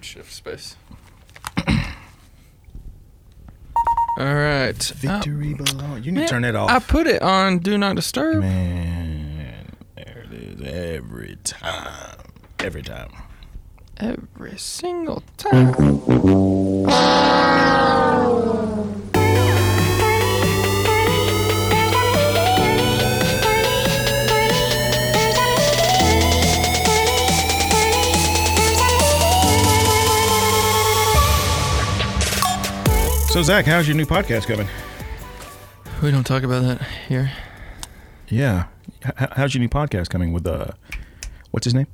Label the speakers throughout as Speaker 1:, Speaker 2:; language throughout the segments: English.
Speaker 1: shift space. All right. Oh.
Speaker 2: Victory belong. You need
Speaker 1: Man,
Speaker 2: to turn it off.
Speaker 1: I put it on Do Not Disturb.
Speaker 2: Man, there it is every time. Every time.
Speaker 1: Every single time.
Speaker 2: So Zach, how's your new podcast going?
Speaker 1: We don't talk about that here.
Speaker 2: Yeah. H- how's your new podcast coming with uh, what's his name?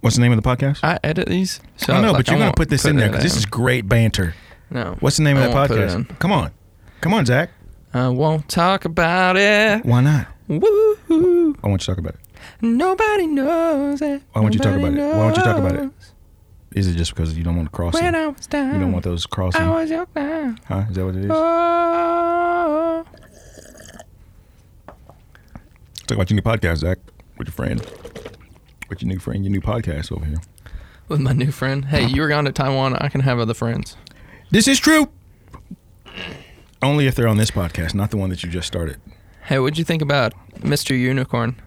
Speaker 2: What's the name of the podcast?
Speaker 1: I edit these. So
Speaker 2: I don't know,
Speaker 1: like,
Speaker 2: but you're
Speaker 1: I
Speaker 2: gonna
Speaker 1: won't
Speaker 2: put this in
Speaker 1: it
Speaker 2: there because this is great banter.
Speaker 1: no.
Speaker 2: What's the name
Speaker 1: I
Speaker 2: of that
Speaker 1: won't put it in.
Speaker 2: podcast? Come on, come on, Zach.
Speaker 1: I won't talk about it.
Speaker 2: Why not?
Speaker 1: Woo!
Speaker 2: I want you to talk about it.
Speaker 1: Nobody knows it.
Speaker 2: Why won't you talk
Speaker 1: Nobody
Speaker 2: about it? Why won't you talk about it?
Speaker 1: knows
Speaker 2: Is it just because you don't want to cross?
Speaker 1: When
Speaker 2: You
Speaker 1: I was down,
Speaker 2: don't want those crossing,
Speaker 1: I was your clown.
Speaker 2: huh? Is that what it is?
Speaker 1: Oh.
Speaker 2: Talk about your new podcast, Zach, with your friend, with your new friend, your new podcast over here.
Speaker 1: With my new friend. Hey,
Speaker 2: Uh-huh.
Speaker 1: you were gone to Taiwan. I can have other friends.
Speaker 2: This is true. Only if they're on this podcast, not the one that you just started.
Speaker 1: Hey, what'd you think about Mr. Unicorn?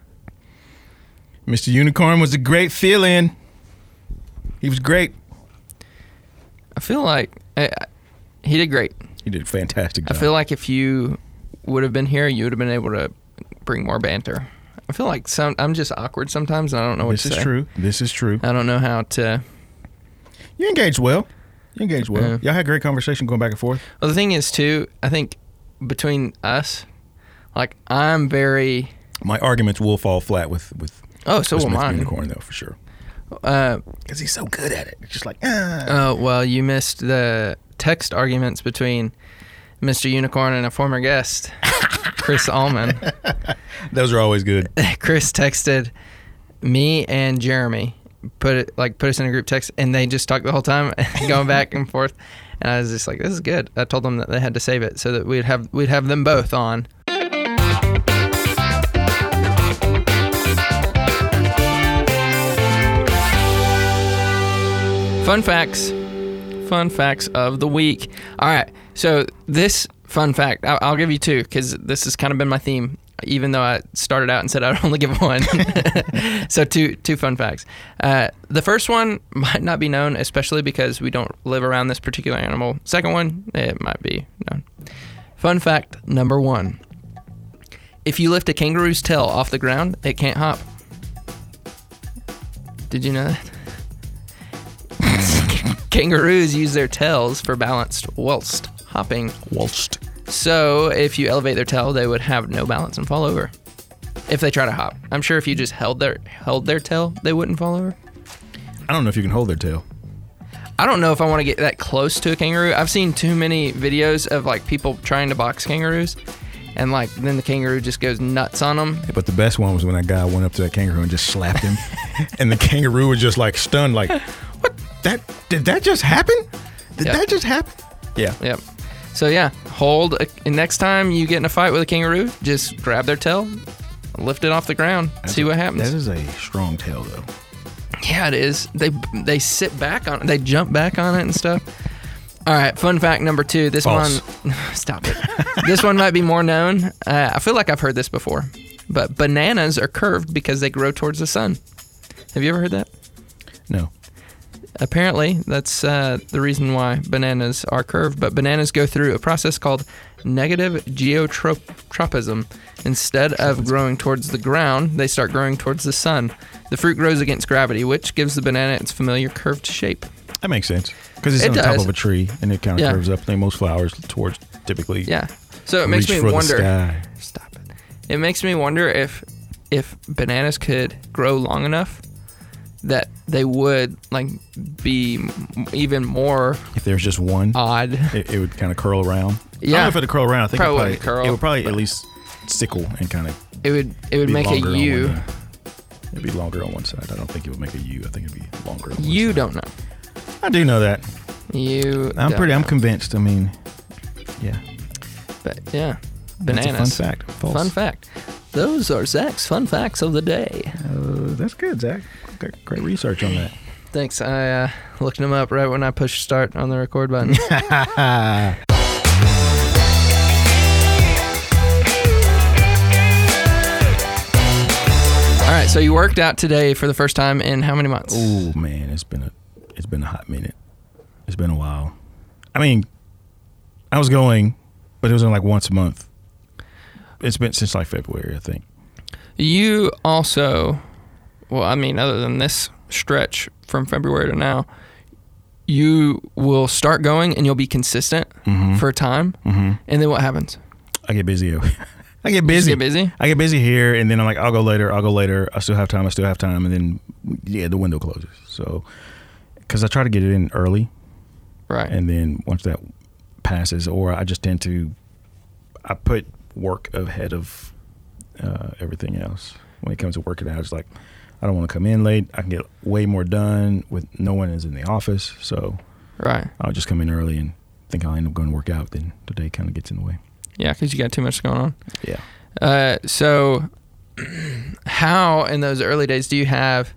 Speaker 2: Mr. Unicorn was a great feeling. He was great.
Speaker 1: I feel like I, I- he did great.
Speaker 2: He did a fantastic
Speaker 1: I
Speaker 2: job.
Speaker 1: feel like if you would have been here, you would have been able to bring more banter. I feel like some I'm just awkward sometimes, and I don't know what
Speaker 2: this
Speaker 1: to
Speaker 2: is
Speaker 1: say.
Speaker 2: true. This is true.
Speaker 1: I don't know how to.
Speaker 2: You engaged well. You engaged well.
Speaker 1: Yeah.
Speaker 2: Y'all had great conversation going back and forth.
Speaker 1: Well, the thing is, too, I think between us, like I'm very.
Speaker 2: My arguments will fall flat with with,
Speaker 1: Oh, so
Speaker 2: with
Speaker 1: will
Speaker 2: Smith
Speaker 1: mine.
Speaker 2: Unicorn though for sure
Speaker 1: Uh,
Speaker 2: because he's so good at it. It's just like ah.
Speaker 1: oh well, you missed the text arguments between Mr. Unicorn and a former guest, Chris Allman. Uh.
Speaker 2: those are always good.
Speaker 1: Chris texted me and Jeremy, put it like put us in a group text, and they just talked the whole time, going back and forth. And I was just like, "This is good." I told them that they had to save it so that we'd have we'd have them both on. Fun facts, fun facts of the week. All right, so this fun fact, I'll, I'll give you two because this has kind of been my theme. Even though I started out and said I'd only give one, so two two fun facts. Uh, the first one might not be known, especially because we don't live around this particular animal. Second one, it might be known. Fun fact number one: If you lift a kangaroo's tail off the ground, it can't hop. Did you know that? Kangaroos use their tails for balance whilst hopping.
Speaker 2: Waltzed.
Speaker 1: So if you elevate their tail, they would have no balance and fall over. If they try to hop, I'm sure if you just held their held their tail, they wouldn't fall over.
Speaker 2: I don't know if you can hold their tail.
Speaker 1: I don't know if I want to get that close to a kangaroo. I've seen too many videos of like people trying to box kangaroos, and like then the kangaroo just goes nuts on them.
Speaker 2: But the best one was when that guy went up to that kangaroo and just slapped him, and the kangaroo was just like stunned, like, "What? That did that just happen? Did
Speaker 1: Yeah.
Speaker 2: that just happen?" Yeah.
Speaker 1: Yep. So yeah, hold. and next time you get in a fight with a kangaroo, just grab their tail, lift it off the ground, see what happens.
Speaker 2: That is a strong tail though.
Speaker 1: Yeah, it is. They they sit back on it. They jump back on it and stuff. All right, fun fact number two. This
Speaker 2: False.
Speaker 1: one, stop it. this one might be more known. Uh, I feel like I've heard this before, but bananas are curved because they grow towards the sun. Have you ever heard that?
Speaker 2: No.
Speaker 1: Apparently, that's uh, the reason why bananas are curved. But bananas go through a process called negative geotropism. Instead of growing towards the ground, they start growing towards the sun. The fruit grows against gravity, which gives the banana its familiar curved shape.
Speaker 2: That makes sense because it's
Speaker 1: It
Speaker 2: on
Speaker 1: does.
Speaker 2: top of a tree and it kind of
Speaker 1: Yeah.
Speaker 2: curves up. I think most flowers towards typically
Speaker 1: Yeah. So it makes
Speaker 2: reach
Speaker 1: me
Speaker 2: for
Speaker 1: wonder.
Speaker 2: the sky.
Speaker 1: Stop it. It makes me wonder if if bananas could grow long enough that they would like be m- even more
Speaker 2: If there's just one,
Speaker 1: odd.
Speaker 2: it, it would kind of curl around. I don't
Speaker 1: Oh. Yeah.
Speaker 2: know if it'd curl around. I think
Speaker 1: Probably
Speaker 2: it, probably,
Speaker 1: wouldn't curl,
Speaker 2: it would probably at least sickle and kind of
Speaker 1: It would it would
Speaker 2: be
Speaker 1: make a
Speaker 2: longer on
Speaker 1: U.
Speaker 2: one end. It'd be longer on one side. I don't think it would make a U. I think it'd be longer. On one
Speaker 1: You
Speaker 2: side.
Speaker 1: don't know.
Speaker 2: I do know that.
Speaker 1: You.
Speaker 2: I'm
Speaker 1: don't
Speaker 2: pretty. I'm
Speaker 1: know.
Speaker 2: convinced. I mean, yeah.
Speaker 1: But yeah,
Speaker 2: That's a
Speaker 1: bananas.
Speaker 2: fun fact. False.
Speaker 1: Fun fact. Those are Zach's fun facts of the day.
Speaker 2: Uh, that's good, Zach. Got great research on that.
Speaker 1: Thanks. I uh, looked them up right when I pushed start on the record button. All right, so you worked out today for the first time in how many months?
Speaker 2: Oh man, it's been a it's been a hot minute. It's been a while. I mean, I was going, but it was only like once a month. It's been since like February, I think.
Speaker 1: You also, well, I mean, other than this stretch from February to now, you will start going and you'll be consistent for a time. And then what happens?
Speaker 2: I get busy. I get busy.
Speaker 1: get busy?
Speaker 2: I get busy here, and then I'm like, I'll go later. I'll go later. I still have time. I still have time, and then yeah, the window closes. So, because I try to get it in early,
Speaker 1: Right.
Speaker 2: and then once that passes, or I just tend to, I put work ahead of uh, everything else when it comes to working out. It's like I don't want to come in late. I can get way more done with no one is in the office, so
Speaker 1: right.
Speaker 2: I'll just come in early and think I'll end up going to work out. Then the day kind of gets in the way.
Speaker 1: Yeah, because you got too much going on.
Speaker 2: Yeah.
Speaker 1: Uh, so, how in those early days do you have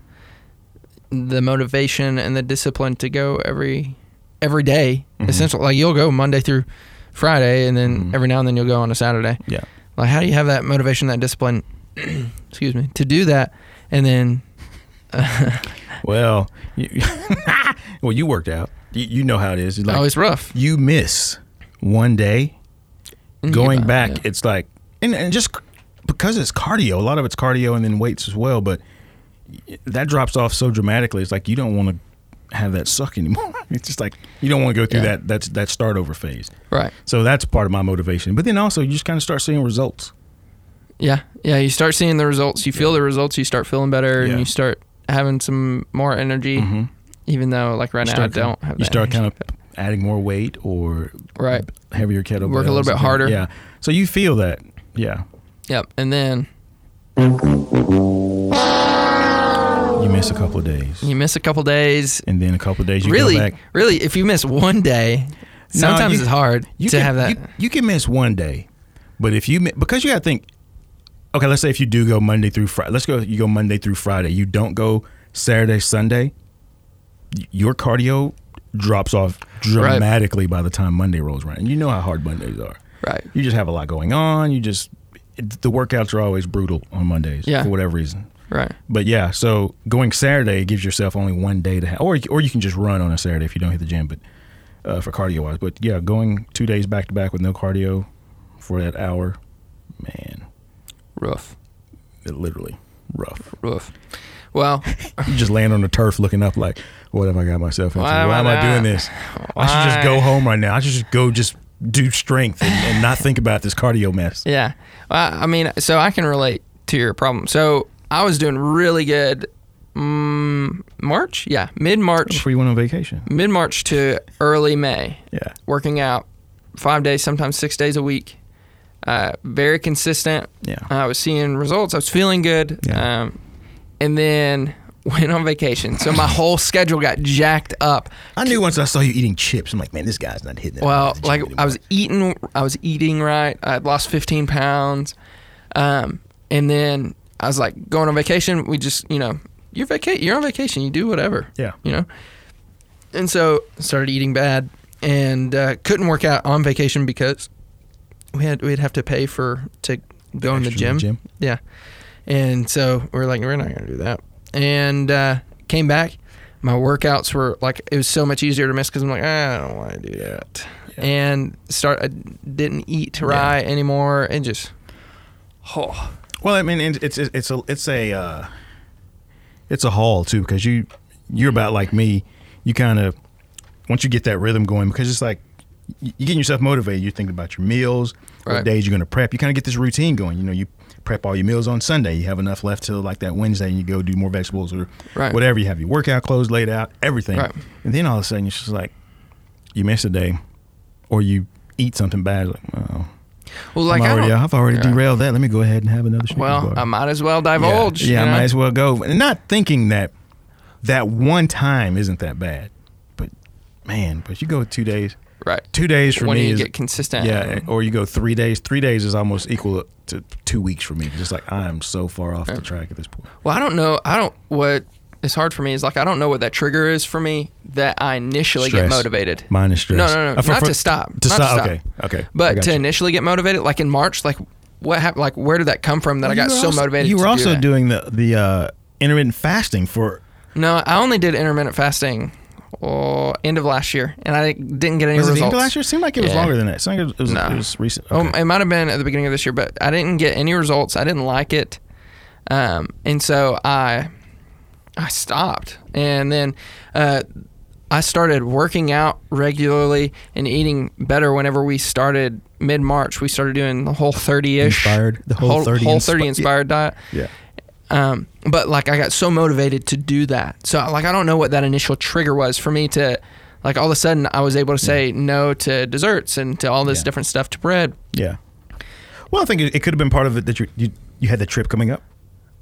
Speaker 1: the motivation and the discipline to go every every day,
Speaker 2: Mhm.
Speaker 1: Essentially, like you'll go Monday through Friday, and then
Speaker 2: Mhm.
Speaker 1: every now and then you'll go on a Saturday.
Speaker 2: Yeah.
Speaker 1: Like, how do you have that motivation, that discipline? excuse me, to do that, and then
Speaker 2: Well, you, well, you worked out. You, you know how it is. It's Like
Speaker 1: oh, it's rough
Speaker 2: you miss one day,
Speaker 1: You get
Speaker 2: going
Speaker 1: by,
Speaker 2: back,
Speaker 1: Mm, yeah.
Speaker 2: it's like, and, and just because it's cardio, a lot of it's cardio and then weights as well, but that drops off so dramatically. It's like you don't want to have that suck anymore. It's just like you don't want to go through
Speaker 1: Yeah.
Speaker 2: that that's that start over phase.
Speaker 1: Right.
Speaker 2: So that's part of my motivation. But then also, you just kind of start seeing results.
Speaker 1: Yeah. Yeah. You start seeing the results. You feel the results. You start feeling better,
Speaker 2: Yeah.
Speaker 1: and you start having some more energy. Even though, like right
Speaker 2: Mm-hmm. You
Speaker 1: now, I
Speaker 2: start kinda-
Speaker 1: don't have.
Speaker 2: You
Speaker 1: that
Speaker 2: start
Speaker 1: energy.
Speaker 2: kind of adding more weight or
Speaker 1: Right.
Speaker 2: heavier kettlebells.
Speaker 1: Work a little bit harder.
Speaker 2: Yeah. So you feel that. Yeah.
Speaker 1: Yep. And then
Speaker 2: You miss a couple of days,
Speaker 1: you miss a couple days.
Speaker 2: and then a couple of days you
Speaker 1: really,
Speaker 2: go back.
Speaker 1: really, if you miss one day, sometimes
Speaker 2: you-
Speaker 1: it's hard
Speaker 2: You
Speaker 1: to
Speaker 2: can,
Speaker 1: have that.
Speaker 2: You, you can miss one day, but if you mi- because you got to think. Okay, let's say if you do go Monday through Friday. Let's go. You go Monday through Friday. You don't go Saturday, Sunday. y- Your cardio drops off dramatically by the time Monday rolls around. And you know how hard Mondays are.
Speaker 1: right.
Speaker 2: You just have a lot going on. You just it, the workouts are always brutal on Mondays
Speaker 1: Yeah.
Speaker 2: for whatever reason.
Speaker 1: Right.
Speaker 2: But yeah, so going Saturday gives yourself only one day to have, or or you can just run on a Saturday if you don't hit the gym, but uh, for cardio wise. But yeah, going two days back to back with no cardio for that hour, man,
Speaker 1: Rough.
Speaker 2: it literally rough.
Speaker 1: Rough. Well,
Speaker 2: You just land on the turf looking up like, what have I got myself into?
Speaker 1: Why
Speaker 2: Why,
Speaker 1: am I
Speaker 2: am I
Speaker 1: not-
Speaker 2: doing this? I should just
Speaker 1: Why?
Speaker 2: go home right now. I should just go just do strength and, and not think about this cardio mess.
Speaker 1: Yeah. I I mean, so I can relate to your problem. So I was doing really good mm, March. Yeah. Mid March.
Speaker 2: Before you went on vacation,
Speaker 1: Mid March to early May.
Speaker 2: yeah,
Speaker 1: Working out five days, sometimes six days a week. Uh, very consistent.
Speaker 2: yeah,
Speaker 1: I was seeing results. I was feeling good.
Speaker 2: Yeah.
Speaker 1: Um, and then went on vacation. So my whole schedule got jacked up.
Speaker 2: I knew once I saw you eating chips. I'm like, man, this guy's not hitting. it.
Speaker 1: Well,
Speaker 2: He's not
Speaker 1: like
Speaker 2: hitting it
Speaker 1: I was eating, I was eating right. I had lost 15 pounds, um, and then I was like going on vacation. We just, you know, you're vaca- you're on vacation. You do whatever,
Speaker 2: anymore. Yeah.
Speaker 1: you know. And so started eating bad and uh, couldn't work out on vacation because we had we'd have to pay for to go in the
Speaker 2: Extra
Speaker 1: gym. Yeah. And so we are like, we're not going to do that. And uh, came back. My workouts were like, it was so much easier to miss because I'm like, "Ah, I don't want to do that.
Speaker 2: Yeah.
Speaker 1: And start, I didn't eat rye anymore and just, oh,
Speaker 2: Well, I mean, and it's it's it's a it's a uh, it's a haul too because you you're about like me. You kind of once you get that rhythm going because it's like you are getting yourself motivated. You're thinking about your meals,
Speaker 1: Right.
Speaker 2: what days you're going to prep. You kind of get this routine going. You know, you prep all your meals on Sunday. You have enough left till like that Wednesday, and you go do more vegetables or
Speaker 1: Right.
Speaker 2: whatever. You have your workout clothes laid out, everything,
Speaker 1: Right.
Speaker 2: and then all of a sudden it's just like you miss a day, or you eat something bad. Like, oh,
Speaker 1: well, like,
Speaker 2: I'm already,
Speaker 1: I
Speaker 2: I've already
Speaker 1: Yeah.
Speaker 2: derailed that. Let me go ahead and have another. Snickers
Speaker 1: do well,
Speaker 2: bar.
Speaker 1: I might as well divulge.
Speaker 2: Yeah,
Speaker 1: you
Speaker 2: I
Speaker 1: know?
Speaker 2: might as well go. And not thinking that that one time isn't that bad, but man, but you go two days.
Speaker 1: Right.
Speaker 2: Two days for
Speaker 1: When
Speaker 2: me
Speaker 1: you
Speaker 2: is
Speaker 1: get consistent.
Speaker 2: yeah, or you go three days. Three days is almost equal to two weeks for me. Just like I am so far off the track at this point.
Speaker 1: Well, I don't know. I don't what is hard for me is like I don't know what that trigger is for me that I initially get
Speaker 2: Stress.
Speaker 1: motivated.
Speaker 2: Mine is stress.
Speaker 1: No, no, no,
Speaker 2: Uh, for-
Speaker 1: not
Speaker 2: for-
Speaker 1: to stop.
Speaker 2: To
Speaker 1: not
Speaker 2: stop. Okay. Okay. I
Speaker 1: But
Speaker 2: got
Speaker 1: to
Speaker 2: you.
Speaker 1: initially get motivated, like in March, like what happened? Like where did that come from that I
Speaker 2: You
Speaker 1: got
Speaker 2: were
Speaker 1: so
Speaker 2: also-
Speaker 1: motivated?
Speaker 2: You were
Speaker 1: to do
Speaker 2: also
Speaker 1: that?
Speaker 2: doing the the uh, intermittent fasting for.
Speaker 1: No, I only did intermittent fasting, oh, end of last year, and I didn't get any
Speaker 2: Was it the end
Speaker 1: results.
Speaker 2: of last year? It seemed like it was
Speaker 1: Yeah.
Speaker 2: longer than that. It seemed like it was,
Speaker 1: No.
Speaker 2: it was recent.
Speaker 1: Oh,
Speaker 2: Okay.
Speaker 1: it might have been at the beginning of this year, but I didn't get any results. I didn't like it, um, and so I I stopped. And then uh, I started working out regularly and eating better. Whenever we started mid March, we started doing the whole thirty ish
Speaker 2: Inspired. The Whole 30
Speaker 1: whole thirty
Speaker 2: inspi-
Speaker 1: inspired diet.
Speaker 2: yeah.
Speaker 1: Um, but like I got so motivated to do that. So like I don't know what that initial trigger was for me to like all of a sudden I was able to say no to desserts and to all this
Speaker 2: Yeah.
Speaker 1: different stuff to bread.
Speaker 2: Yeah. Well, I think it, it could have been part of it that you, you you had the trip coming up,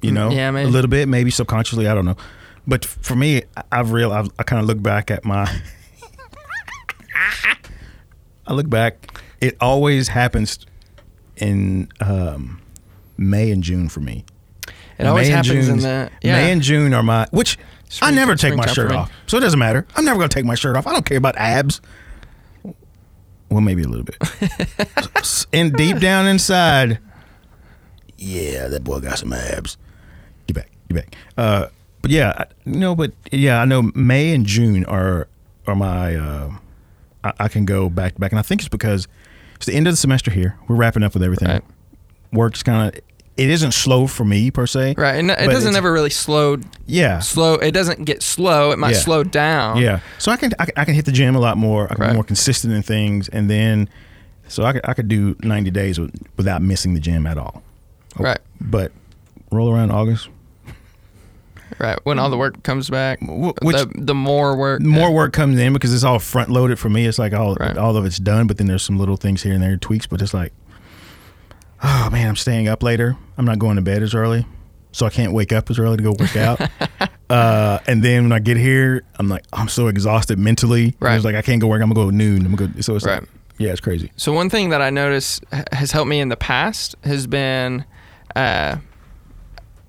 Speaker 2: you
Speaker 1: Mm,
Speaker 2: know,
Speaker 1: yeah, maybe.
Speaker 2: a little bit, maybe subconsciously, I don't know. But f- for me, I- I've real I've, I kind of look back at my. I look back. It always happens in um, May and June for me.
Speaker 1: It always
Speaker 2: May and
Speaker 1: happens in
Speaker 2: June's-
Speaker 1: the yeah.
Speaker 2: May and June are my which I
Speaker 1: Spring-
Speaker 2: never take my
Speaker 1: springtime for
Speaker 2: shirt
Speaker 1: me.
Speaker 2: off, so it doesn't matter. I'm never gonna take my shirt off. I don't care about abs. Well, maybe a little bit. S- and deep down inside, yeah, that boy got some abs. Get back, get back. Uh, but yeah, I, no, but yeah, I know May and June are are my. Uh, I, I can go back to back, and I think it's because it's the end of the semester here. We're wrapping up with everything.
Speaker 1: Right.
Speaker 2: Work's kind of. It isn't slow for me per se.
Speaker 1: right, and it
Speaker 2: but
Speaker 1: doesn't
Speaker 2: it's-
Speaker 1: ever really slow
Speaker 2: Yeah.
Speaker 1: slow. It doesn't get slow. It might
Speaker 2: Yeah.
Speaker 1: slow down.
Speaker 2: Yeah. So I can, I can I can hit the gym a lot more. I can
Speaker 1: Right.
Speaker 2: be more consistent in things, and then so I could I could do ninety days with, without missing the gym at all.
Speaker 1: Right.
Speaker 2: But roll around August,
Speaker 1: Right. When all the work comes back,
Speaker 2: Wh- which
Speaker 1: the, the more work,
Speaker 2: more work comes in because it's all front loaded for me. It's like all
Speaker 1: Right.
Speaker 2: all of it's done, but then there's some little things here and there tweaks. But it's like, oh man, I'm staying up later. I'm not going to bed as early, so I can't wake up as early to go work out. uh, and then when I get here, I'm like I'm so exhausted mentally.
Speaker 1: Right.
Speaker 2: It's like I can't go work. I'm gonna go at noon. I'm gonna go. So it's
Speaker 1: Right.
Speaker 2: like, yeah, it's crazy.
Speaker 1: So one thing that I notice h- has helped me in the past has been, uh,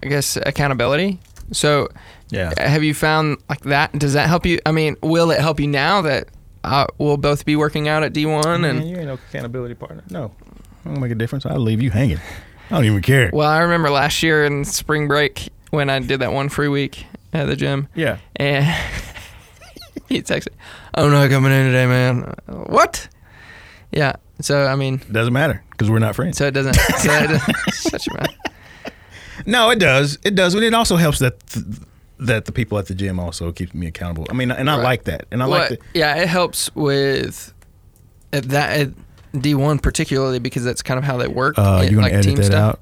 Speaker 1: I guess, accountability. So uh,
Speaker 2: Yeah.
Speaker 1: have you found like that? Does that help you? I mean, will it help you now that uh, we'll both be working out at D1? And
Speaker 2: you ain't no accountability partner. No, I don't make a difference. I'll leave you hanging. I don't even care.
Speaker 1: well, I remember last year in spring break when I did that one free week at the gym.
Speaker 2: Yeah.
Speaker 1: And he texted, I'm not coming in today, man. What? Yeah. So, I mean,
Speaker 2: Doesn't matter because we're not friends.
Speaker 1: so it doesn't. So it doesn't such a mess.
Speaker 2: No, it does. It does, but it also helps that th- that the people at the gym also keeps me accountable. I mean, and I
Speaker 1: Right.
Speaker 2: like that, and I
Speaker 1: Well,
Speaker 2: like that.
Speaker 1: Yeah, it helps with at that at D1 particularly because that's kind of how they work.
Speaker 2: Uh,
Speaker 1: it-
Speaker 2: you gonna
Speaker 1: like
Speaker 2: edit
Speaker 1: team
Speaker 2: that
Speaker 1: stuff
Speaker 2: out?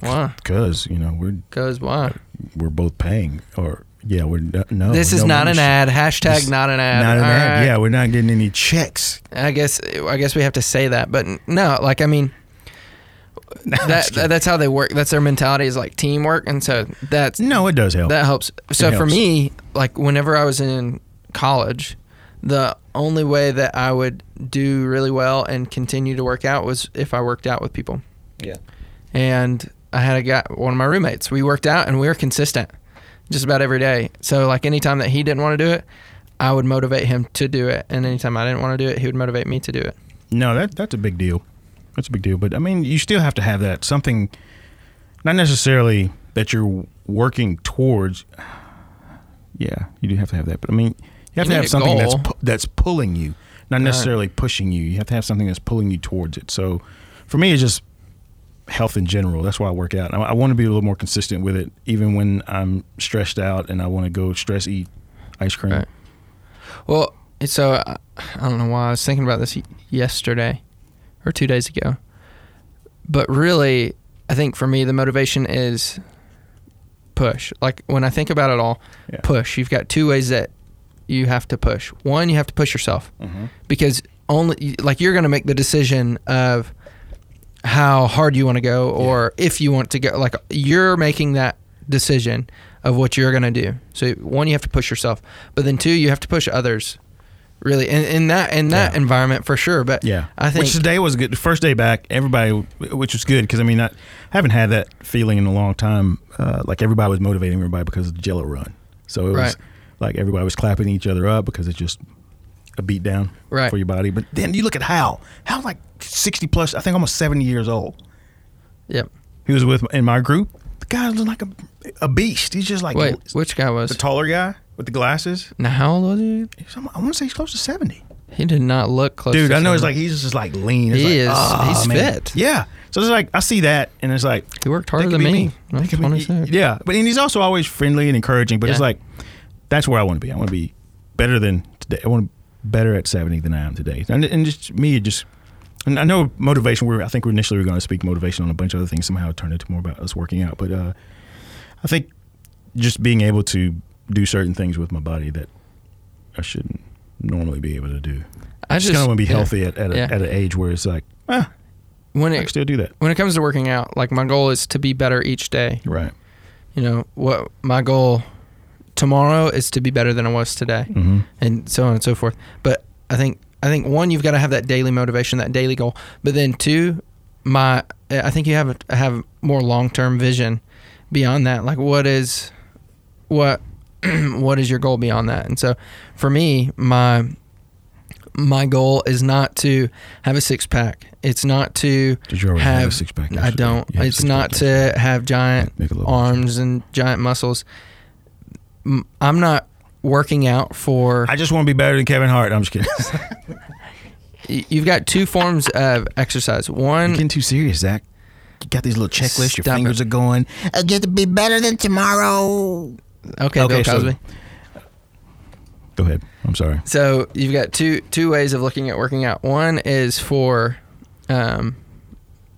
Speaker 1: Why?
Speaker 2: Because you know we're
Speaker 1: goes why?
Speaker 2: we're both paying, or yeah, we're not, no.
Speaker 1: this is
Speaker 2: Oh, no
Speaker 1: not an
Speaker 2: membership.
Speaker 1: ad. Hashtag
Speaker 2: This-
Speaker 1: not an ad.
Speaker 2: Not an ad.
Speaker 1: All
Speaker 2: Yeah, we're not getting any checks.
Speaker 1: right. I guess I guess we have to say that, but n- no, like I mean, that, that that's how they work. That's their mentality is like teamwork, and so that's
Speaker 2: No, it does help.
Speaker 1: That helps. So for
Speaker 2: helps.
Speaker 1: me, like whenever I was in college, the only way that I would do really well and continue to work out was if I worked out with people.
Speaker 2: Yeah.
Speaker 1: And I had a guy, one of my roommates. We worked out and we were consistent, just about every day. So like anytime that he didn't want to do it, I would motivate him to do it, and anytime I didn't want to do it, he would motivate me to do it.
Speaker 2: No, that that's a big deal. That's a big deal. But I mean, you still have to have that something, not necessarily that you're working towards. Yeah, you do have to have that. But I mean, you have
Speaker 1: You need
Speaker 2: to
Speaker 1: a
Speaker 2: have something that's
Speaker 1: goal.
Speaker 2: pu- that's pulling you, not necessarily pushing you. You have to have something that's pulling you towards it. So, for me, it's just health in general. That's why I work out. I, I want to be a little more consistent with it, even when I'm stressed out and I want to go stress eat ice cream.
Speaker 1: Right. Well, so I I don't know why I was thinking about this y- yesterday or two days ago, but really, I think for me the motivation is push. Like when I think about it all,
Speaker 2: Yeah.
Speaker 1: push. You've got two ways that you have to push. One, you have to push yourself
Speaker 2: Mhm.
Speaker 1: because only like you're going to make the decision of how hard you want to go or if you want to go like you're making that decision of what you're going to do so one you have to push yourself but then two you have to push others really in, in that in that
Speaker 2: Yeah.
Speaker 1: environment for sure but
Speaker 2: Yeah,
Speaker 1: i think
Speaker 2: which today was good. The first day back, everybody, which was good because I mean, I haven't had that feeling in a long time. Uh, like everybody was motivating everybody because of the Jello Run. So it
Speaker 1: Right.
Speaker 2: was like everybody was clapping each other up because it's just a beat down
Speaker 1: Right.
Speaker 2: for your body. But then you look at Hal. Hal's like 60 plus, I think almost 70 years old.
Speaker 1: Yep.
Speaker 2: He was with in my group. The guy looked like a, a beast. He's just like
Speaker 1: Wait, which guy was?
Speaker 2: the taller guy with the glasses.
Speaker 1: now how old was he?
Speaker 2: He's, I want to say he's close to 70.
Speaker 1: He did not look close.
Speaker 2: Dude,
Speaker 1: to
Speaker 2: I know it's
Speaker 1: someone.
Speaker 2: like he's just like lean. It's
Speaker 1: He is.
Speaker 2: like, ah,
Speaker 1: He's
Speaker 2: man.
Speaker 1: fit.
Speaker 2: Yeah. So it's like I see that and it's like
Speaker 1: he worked
Speaker 2: that
Speaker 1: harder
Speaker 2: could
Speaker 1: than
Speaker 2: be
Speaker 1: me.
Speaker 2: That
Speaker 1: I'm
Speaker 2: could be-
Speaker 1: 26.
Speaker 2: yeah, but and he's also always friendly and encouraging. But it's
Speaker 1: Yeah.
Speaker 2: like that's where I want to be. I want to be better than today. I want to be better at seventy than I am today. And, and just me, it just and I know motivation. We were, I think we initially were going to speak motivation on a bunch of other things. Somehow it turned into more about us working out. But uh, I think just being able to do certain things with my body that I shouldn't normally be able to do.
Speaker 1: I
Speaker 2: just kind of want to be
Speaker 1: yeah.
Speaker 2: healthy at, at, a,
Speaker 1: Yeah.
Speaker 2: at an age where it's like, ah,
Speaker 1: When
Speaker 2: I can
Speaker 1: it
Speaker 2: still do that.
Speaker 1: when it comes to working out, like my goal is to be better each day.
Speaker 2: Right.
Speaker 1: You know what? My goal tomorrow is to be better than I was today.
Speaker 2: hmm
Speaker 1: and so on and so forth. But I think I think one, you've got to have that daily motivation, that daily goal. But then two, my I think you have a, have more long term vision beyond that. Like what is what what is your goal beyond that? And so for me, my my goal is not to have a six pack. It's not to
Speaker 2: Did you already have, a
Speaker 1: Have-
Speaker 2: six pack?
Speaker 1: I don't. It's not to have giant
Speaker 2: make a little
Speaker 1: arms and giant muscles. M- I'm not working out for
Speaker 2: I just want to be better than Kevin Hart. I'm just kidding.
Speaker 1: y- you've got two forms of exercise. One,
Speaker 2: too serious, Zach. You got these little checklists.
Speaker 1: Stop it.
Speaker 2: are going.
Speaker 3: I get to be better than tomorrow.
Speaker 1: okay,
Speaker 2: Okay,
Speaker 1: Bill
Speaker 2: so-
Speaker 1: Cosby.
Speaker 2: Go ahead. I'm sorry.
Speaker 1: So, you've got two two ways of looking at working out. One is for um,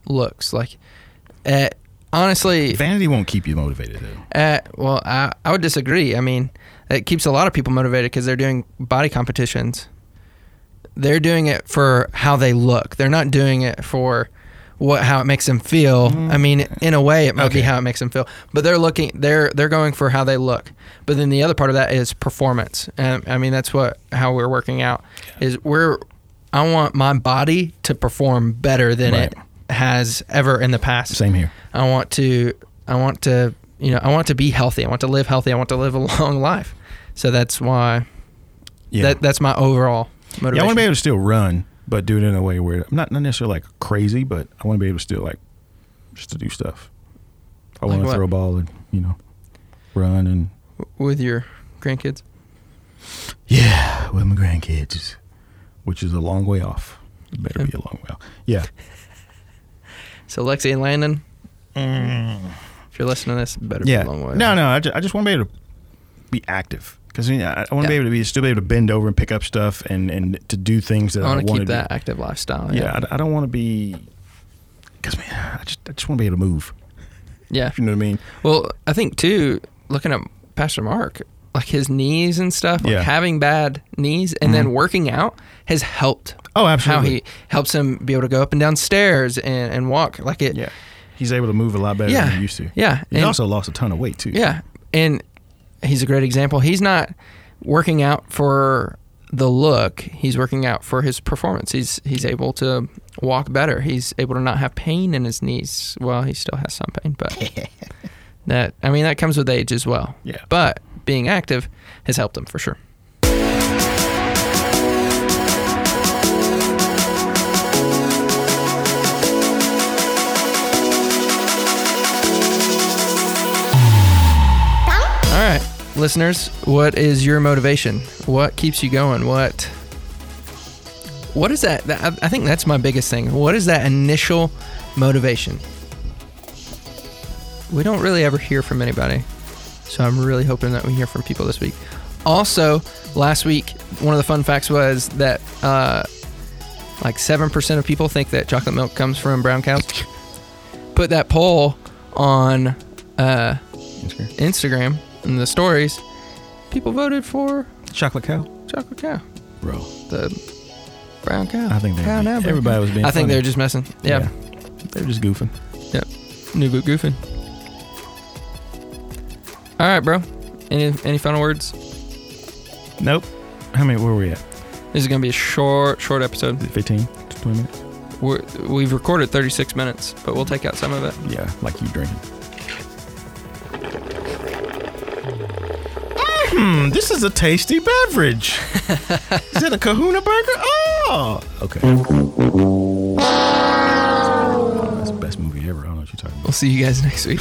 Speaker 1: looks, like at honestly
Speaker 2: Vanity won't keep you motivated though.
Speaker 1: at Eh, well, I I would disagree. I mean, it keeps a lot of people motivated because they're doing body competitions. They're doing it for how they look. They're not doing it for what how it makes them feel. I mean, in a way, it might be
Speaker 2: Mm-hmm. Okay.
Speaker 1: how it makes them feel. But they're looking they're they're going for how they look. But then the other part of that is performance. And I mean, that's what how we're working out is we're I want my body to perform better than
Speaker 2: Right.
Speaker 1: it has ever in the past.
Speaker 2: Same here.
Speaker 1: I want to I want to you know I want to be healthy. I want to live healthy. I want to live a long life. So that's why
Speaker 2: Yeah.
Speaker 1: that that's my overall motivation.
Speaker 2: yeah. I want to be able to still run, but do it in a way where I'm not not necessarily like crazy, but I want to be able to still like just to do stuff. I
Speaker 1: Like
Speaker 2: want
Speaker 1: what?
Speaker 2: to throw a ball and you know run and
Speaker 1: with your grandkids.
Speaker 2: yeah with my grandkids, which is a long way off. It better be a long way off. Yeah.
Speaker 1: So Lexi and Landon, if you're listening to this, better be a long way.
Speaker 2: Mm. No, no. I just, I just want to be able to be active because I, mean, I want to be
Speaker 1: Yeah.
Speaker 2: able to be still be able to bend over and pick up stuff and and to do things that
Speaker 1: I
Speaker 2: I,
Speaker 1: want to
Speaker 2: want
Speaker 1: keep that active lifestyle.
Speaker 2: Do. Yeah, I, I don't want to be because man, I just I just want to be able to move.
Speaker 1: yeah.
Speaker 2: If you know what I mean?
Speaker 1: Well, I think too, looking at Pastor Mark, like his knees and stuff, like
Speaker 2: Yeah. Mm-hmm.
Speaker 1: having bad knees and then working out has helped.
Speaker 2: Oh,
Speaker 1: How
Speaker 2: absolutely.
Speaker 1: he helps him be able to go up and down stairs and, and walk. Like it
Speaker 2: Yeah, he's able to move a lot better
Speaker 1: Yeah.
Speaker 2: than he used to.
Speaker 1: Yeah.
Speaker 2: he
Speaker 1: And-
Speaker 2: also lost a ton of weight too.
Speaker 1: Yeah, and he's a great example. He's not working out for the look; he's working out for his performance. He's he's able to walk better. He's able to not have pain in his knees. Well, he still has some pain, but that I mean that comes with age as well.
Speaker 2: Yeah.
Speaker 1: but being active has helped him for sure. All right, listeners, what is your motivation? What keeps you going? What What is that? that- I I think that's my biggest thing. What is that initial motivation? We don't really ever hear from anybody. So I'm really hoping that we hear from people this week. Also, last week, one of the fun facts was that uh, like 7% of people think that chocolate milk comes from brown cows. Put that poll on uh,
Speaker 2: Instagram.
Speaker 1: Instagram and the stories, people voted for
Speaker 2: chocolate cow,
Speaker 1: chocolate cow,
Speaker 2: bro.
Speaker 1: the brown cow.
Speaker 2: I think they
Speaker 1: cow now, bro.
Speaker 2: everybody was being.
Speaker 1: I think
Speaker 2: funny.
Speaker 1: they're just messing. Yeah,
Speaker 2: they're just goofing.
Speaker 1: new boot goofing. All right, bro. Any any final words?
Speaker 2: Nope. How many? Where were we at?
Speaker 1: This is gonna be a short short episode.
Speaker 2: 15, 20 minutes.
Speaker 1: We're, we've recorded 36 minutes, but we'll take out some of it.
Speaker 2: Yeah, like you drinking. Mmm, this is a tasty beverage. is it a kahuna burger? Oh, okay. That's the best movie ever. I don't know what you're talking about.
Speaker 1: We'll see you guys next week.